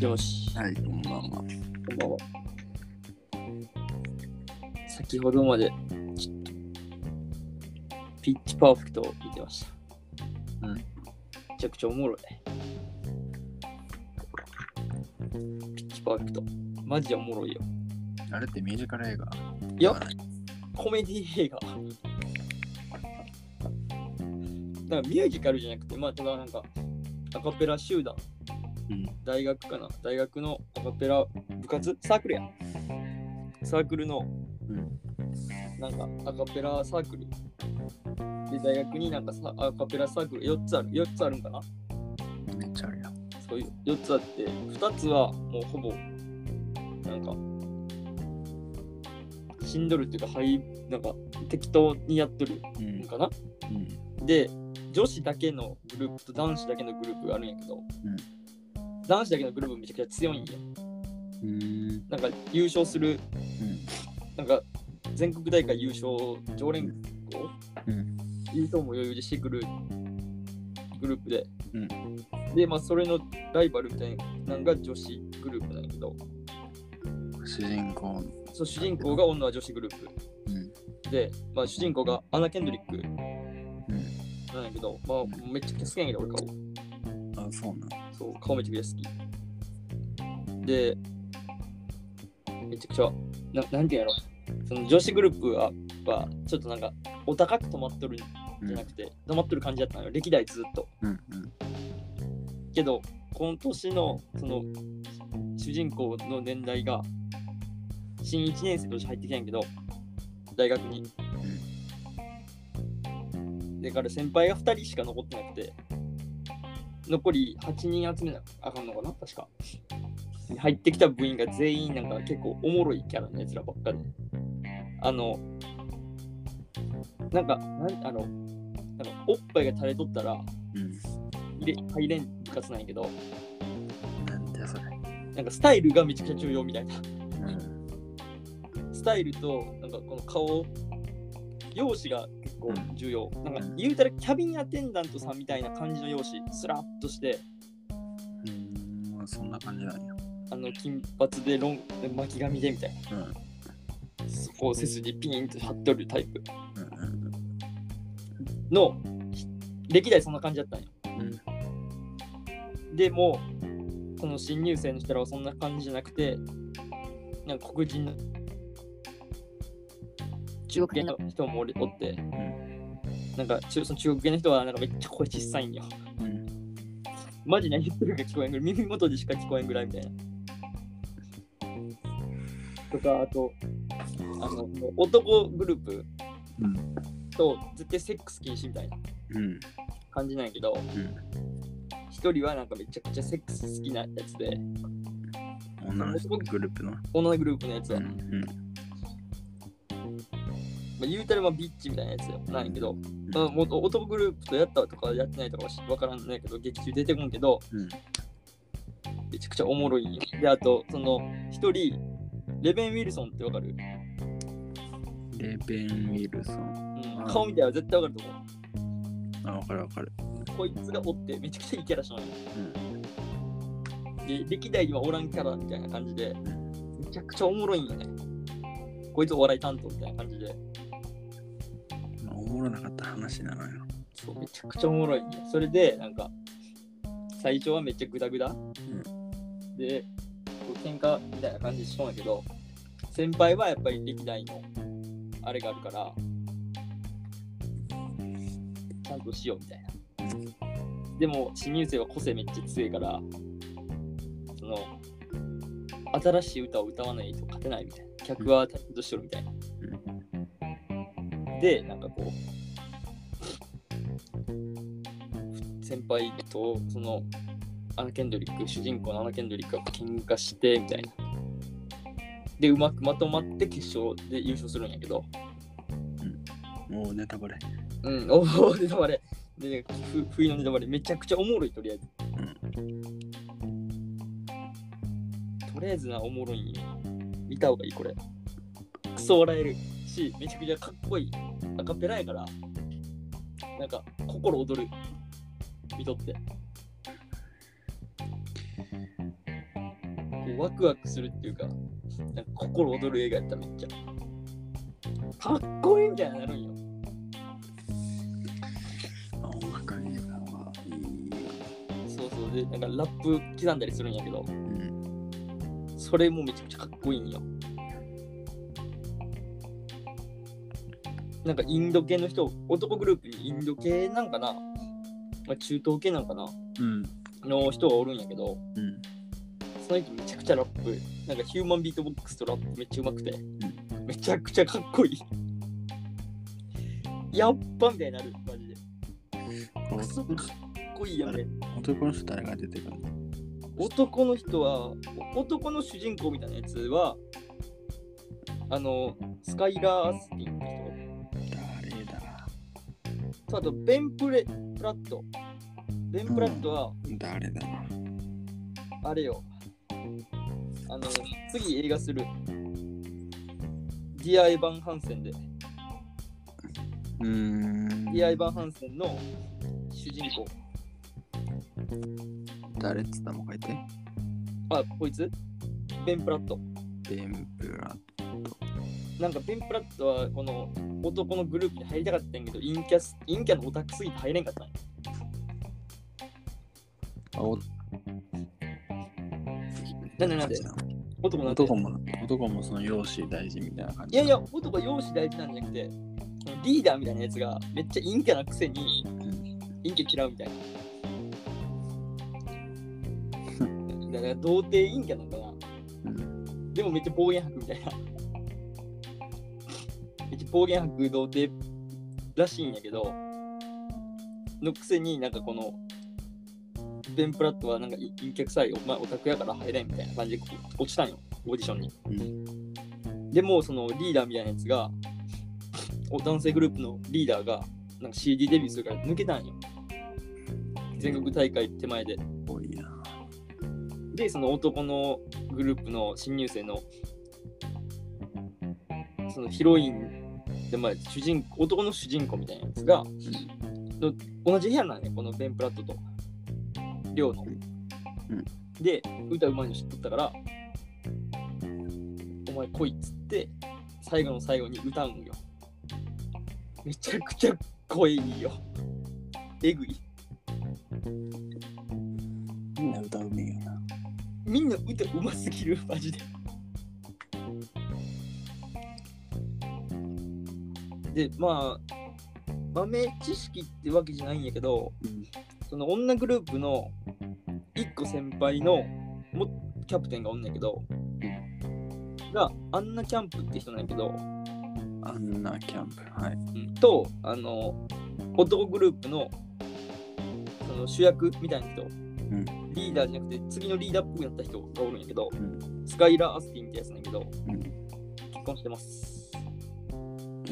よし。はい、こんばんは。こんばんは。先ほどまで、ちょっと、ピッチパーフェクトを聞いてました。うんめちゃくちゃおもろい。ピッチパーフェクト。マジおもろいよ。あれってミュージカル映画いや、コメディ映画。だからミュージカルじゃなくて、まあ、ただなんか、アカペラ集団、うん。大学かな、大学のアカペラ部活サークルや。サークルの、うんなんか、アカペラサークル。で、大学になんかさアカペラサークル4つある、4つあるんかなめっちゃあるやん。そういう4つあって、2つはもうほぼ、なんか、しんどるっていうか、はい、なんか、適当にやっとるうんかな、うん。で女子だけのグループと男子だけのグループがあるんやけど、男子だけのグループめちゃくちゃ強いんやうん。なんか優勝するうん。なんか全国大会優勝常連校、うん優勝も余裕でしてくるグループで、うんでまあそれのライバルみたいなのが女子グループなんやけど主人公。そう主人公が女は女子グルーうん。プで、まあ、主人公がアナ・ケンドリックうん。なんやけど、まあ、めっちゃ好きなんやけど俺顔あ、そうなの。そう、顔めちゃくちゃ好き。で、めちゃくちゃ、ななんていうんやろ、その女子グループは、はちょっとなんか、お高く止まっとるんじうんゃなくて、止まっとる感じだったのよ、歴代ずっと。うん。うん。けど、この年の、その、主人公の年代が、新1年生として入ってきたんやけど、大学に。だから先輩が2人しか残ってなくて、残り8人集めなあかんのかな、確か。入ってきた部員が全員なんか結構おもろいキャラのやつらばっかで。あの、なんか、なんあの、なんかおっぱいが垂れとったらうん。入れ入れん部活なんやけど、なんだそれ。なんかスタイルがめちゃくちゃ重要みたいな。うん。スタイルと、なんかこの顔、容姿が結構重要。なんかうん言うたらキャビンアテンダントさんみたいな感じの容姿、スラッとして、うん。まあ、そんな感じだね。あの金髪でロン巻き髪でみたいな、そこを背筋ピーンと張っとるタイプうん。のひ歴代そんな感じだったんようん。でもその新入生の人らはそんな感じじゃなくてなんか黒人の中国系の人もおりおって、なんか中その中国系の人はなんかめっちゃ声小さいんようん。マジ何言ってるか聞こえんぐらい、耳元でしか聞こえんぐらいみたいな。とか、あと、あの、もう男グループうん。と絶対セックス禁止みたいなうん。感じなんやけど、ん一人はなんかめちゃくちゃセックス好きなやつで、女の人グループの。女のグループのやつうは、んま。あ、言うたらまあビッチみたいなやつよなんやけど、まあ、もう男グループとやったとかやってないとかは分からんないけど、劇中出てこんけど、うん。めちゃくちゃおもろいんよ。で、あと、その、一人、レベン・ウィルソンってわかるレベン・ウィルソうン。んうん顔見たら絶対わかると思あ、わかるわかる。う。こいつがおってめちゃくちゃいいキャラしたのよ。うん。で、歴代にはおらんキャラみたいな感じで、めちゃくちゃおもろいんよね。こいつお笑い担当みたいな感じで、まあおもろなかった話なのよ。そうめちゃくちゃおもろいんよ。それで、なんか、最初はめっちゃグダグダ。で、こう喧嘩みたいな感じしそうやけど、先輩はやっぱり歴代のあれがあるから、ちゃんとしようみたいな。でも新入生は個性めっちゃ強いからその新しい歌を歌わないと勝てないみたいな客はタレントしとるみたいな、でなんかこう先輩とそのアナ・ケンドリック主人公のアナ・ケンドリックが喧嘩してみたいなでうまくまとまって決勝で優勝するんやけどもうネタバレ。うん、おお、ネタバレ。で、ふ不意のネタバレ、めちゃくちゃおもろい、とりあえず。とりあえずな、おもろいんよ。見た方がいい、これ。クソ笑えるし、めちゃくちゃかっこいい。アカペラやから、なんか、心躍る。見とって。ワクワクするっていうか、なんか心躍る映画やった、めっちゃ。かっこいいみたいになるんよ。あ音楽映画はいい。そうそう。で、なんかラップ刻んだりするんやけど、うん。それもめちゃくちゃかっこいいんよ。なんかインド系の人、男グループにインド系なんかな、まあ、中東系なんかな、うん。の人がおるんやけど、うん。その人めちゃくちゃラップ、なんかヒューマンビートボックスとラップめっちゃうまくて、めちゃくちゃかっこいい。やっばみたいになる、マジで。かクソかっこいいやん、ね、男の人誰が出てくるの男の人は、男の主人公みたいなやつは、あの、スカイラー・アスティンって誰だ人と、あと、ベン・プレ・プラット。ベン・プラットは、誰だあれよ、あの、次映画する。ディア・エヴァン・ハンセンで。うーん。ディア・エヴァン・ハンセンの主人公。誰っつったの書いて。あ、こいつベン・プラット。ベンプラ。なんかベン・プラットはこの男のグループに入りたかったんやけど、陰キャス陰キャのオタクすぎて入れんかったんや。あ、おなんでなんで男なんて男も、男もその容姿大事みたいな感いじ。やいや、男は容姿大事なんじゃなくて、リーダーみたいなやつがめっちゃ陰キャなくせにん、陰キャ嫌うみたいな。だから童貞陰キャなんかな。うん。でもめっちゃ暴言吐くみたいな。めっちゃ暴言吐く童貞らしいんやけど、のくせになんかこの、ベンプラットはなんかい陰キャ臭い、お前オタクやから入れんみたいな感じで落ちたんよ、オーディションに。でもそのリーダーみたいなやつが、お男性グループのリーダーがなんか CD デビューするから抜けたんよ。全国大会手前で。多いな。で、その男のグループの新入生のそのヒロインで、まあ、主人公男の主人公みたいなやつが、の同じ部屋なんね、このベン・プラットと、りょうの。うんで、歌うまいの知っとったから、お前来いっつって、最後の最後に歌うんよ。めちゃくちゃ声いいよ。えぐい。みんな歌うねえよな。みんな歌うますぎる、 マジで。で、まあ、豆知識ってわけじゃないんやけど、その女グループの1個先輩のもキャプテンがおんねんけど、が、アンナ・キャンプって人なんやけど、あんなキャンプ。はい。うんと、あの、男グループのその主役みたいな人、んリーダーじゃなくて、次のリーダーっぽくなった人がおるんやけど、うん。スカイラ・アスティンってやつなんやけど、うん。結婚してます。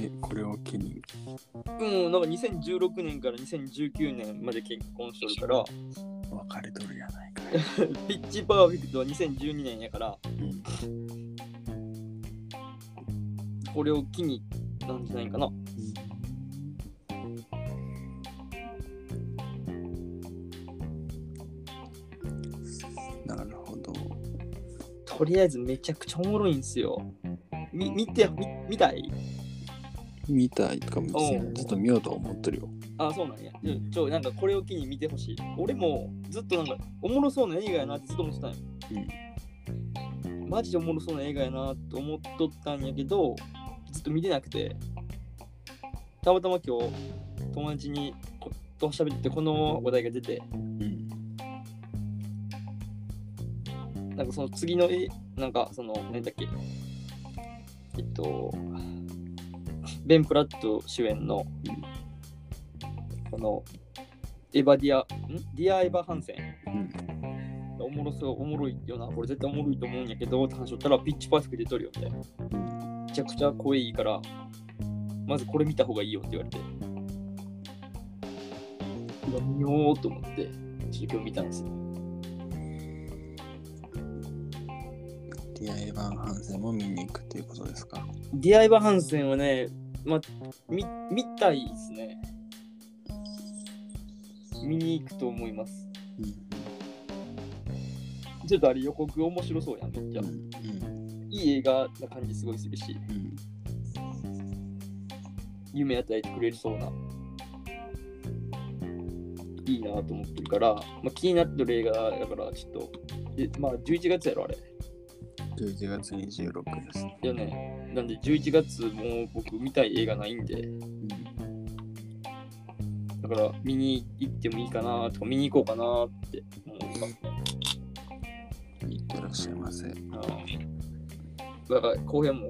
え、これを機に。うん、なんか2016年から2019年まで結婚しとるか別れとるやないかい。ら、ピッチパーフェクトは2012年やから、うん。これを機になんじゃないかな。なるほど。とりあえずめちゃくちゃおもろいんすよ。み見てみ、見たい見たいとかも別おうにずっと見ようとは思ってるよ。あ、そうなんや。ちょ、ちょなんかこれを機に見てほしい。俺もずっとなんかおもろそうな映画やなってずっと思ってたんよ。マジでおもろそうな映画やなと思っとったんやけど、ずっと見てなくて、たまたま今日、友達にこと喋ってこの話題が出て、うん。なんかその次のえ、なんかその、何だっけ、えっと、ベン・プラット主演の、この、エヴァディア、んディア・エヴァ・ハンセン。うん。おもろそう、おもろいよな、これ絶対おもろいと思うんやけど、って話しとったらピッチパーフェクト出とるよみたいな。めちゃくちゃ声いいから、まずこれ見た方がいいよって言われて。うわ見ようと思って、ちょっと今日見たんですよ。ディア・エヴァン・ハンセンも見に行くっていうことですか。ディアイバハンセンはね、ま、み見たいですね。見に行くと思います。ちょっとあれ予告面白そうやん、めっちゃう。んいい映画な感じすごいするし、うんうん夢与えてくれるそうな。いいなと思ってるから、まあ、気になってる映画だから、ちょっと、えまあ11月やろ、あれ。 11月26日ですね。だよね。なんで11月もう僕見たい映画ないんで、うんだから見に行ってもいいかなとか見に行こうかなって思うかいってらっしゃいませ。ら。だから後編も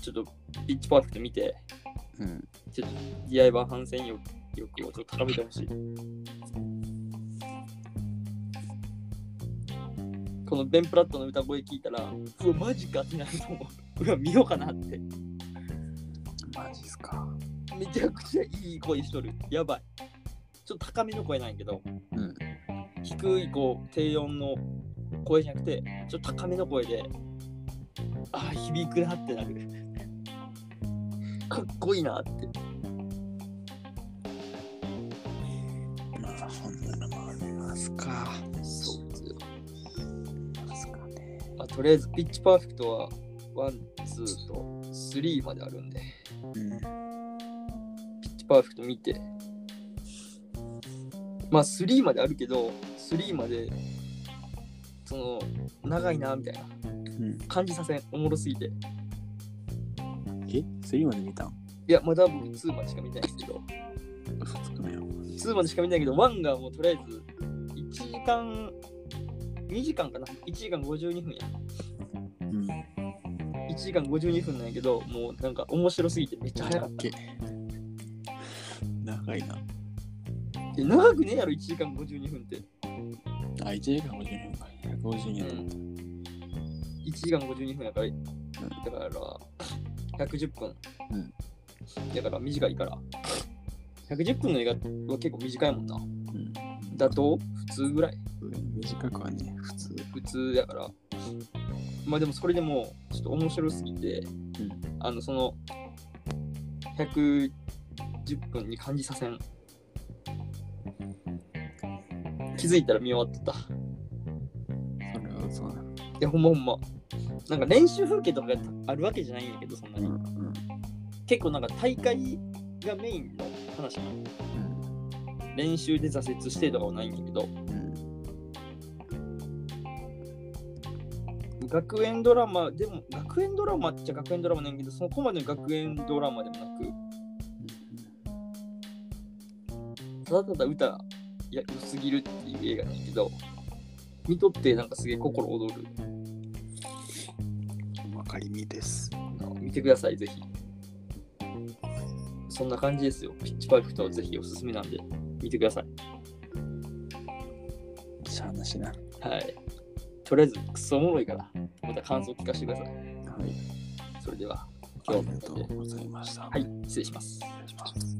ちょっとピッチパーフェクト見て、うん。 DIY 反戦欲欲をちょっと高めてほしい。このベン・プラットの歌声聞いたら、うわ、マジかってなると思う。うわ、見ようかなって。マジっすか。めちゃくちゃいい声しとる。やばい。ちょっと高めの声なんやけど、うん。低いこう低音の声じゃなくてちょっと高めの声でああ響くなってなるかっこいいなってまあ、そんなのもありますか。そうですよ、ますかね。まあ、とりあえずピッチパーフェクトはワンツーとスリーまであるんでうん。ピッチパーフェクト見てまあスリーまであるけどスリーまでその長いなみたいなうん。感じさせんおもろすぎてえ ?3 まで見たんいやまだ僕2までしか見てないんですけど嘘つくなよ。 2までしか見ないけど、1がもうとりあえず1時間、2時間かな ?1 時間52分や。うん。 1時間52分なんやけど、もうなんか面白すぎてめっちゃ早かった。け。長いな。え長くねえやろ、1時間52分って。あ、1時間50円か。150円だった。 1時間52分やから、だから110分。うんだから短いから。110分の映画は結構短いもんな。うん。妥当普通ぐらい。短くはね、普通。普通やから。まあでもそれでもちょっと面白すぎて、んあのその110分に感じさせん。気づいたら見終わってた。いそれは嘘なの。やほんまほんま。なんか練習風景とかがあるわけじゃないんやけど、そんなうに。ん。結構なんか大会がメインの話なの練習で挫折してとかはないんやけど、うん。学園ドラマでも、学園ドラマっちゃ学園ドラマなんやけど、そこまでの学園ドラマでもなく、ただただ歌が良すぎるっていう映画なんやけど、見とってなんかすげえ心躍る。わかりみです。見てください、ぜひ。そんな感じですよ。ピッチパーフェクトはぜひおすすめなんで、見てください。しゃあなしな。ははい。とりあえず、クソおもろいから、また感想聞かせてください。い。それでは、あ今り日はがとこれで。うございました。はい、失礼します。お願いします。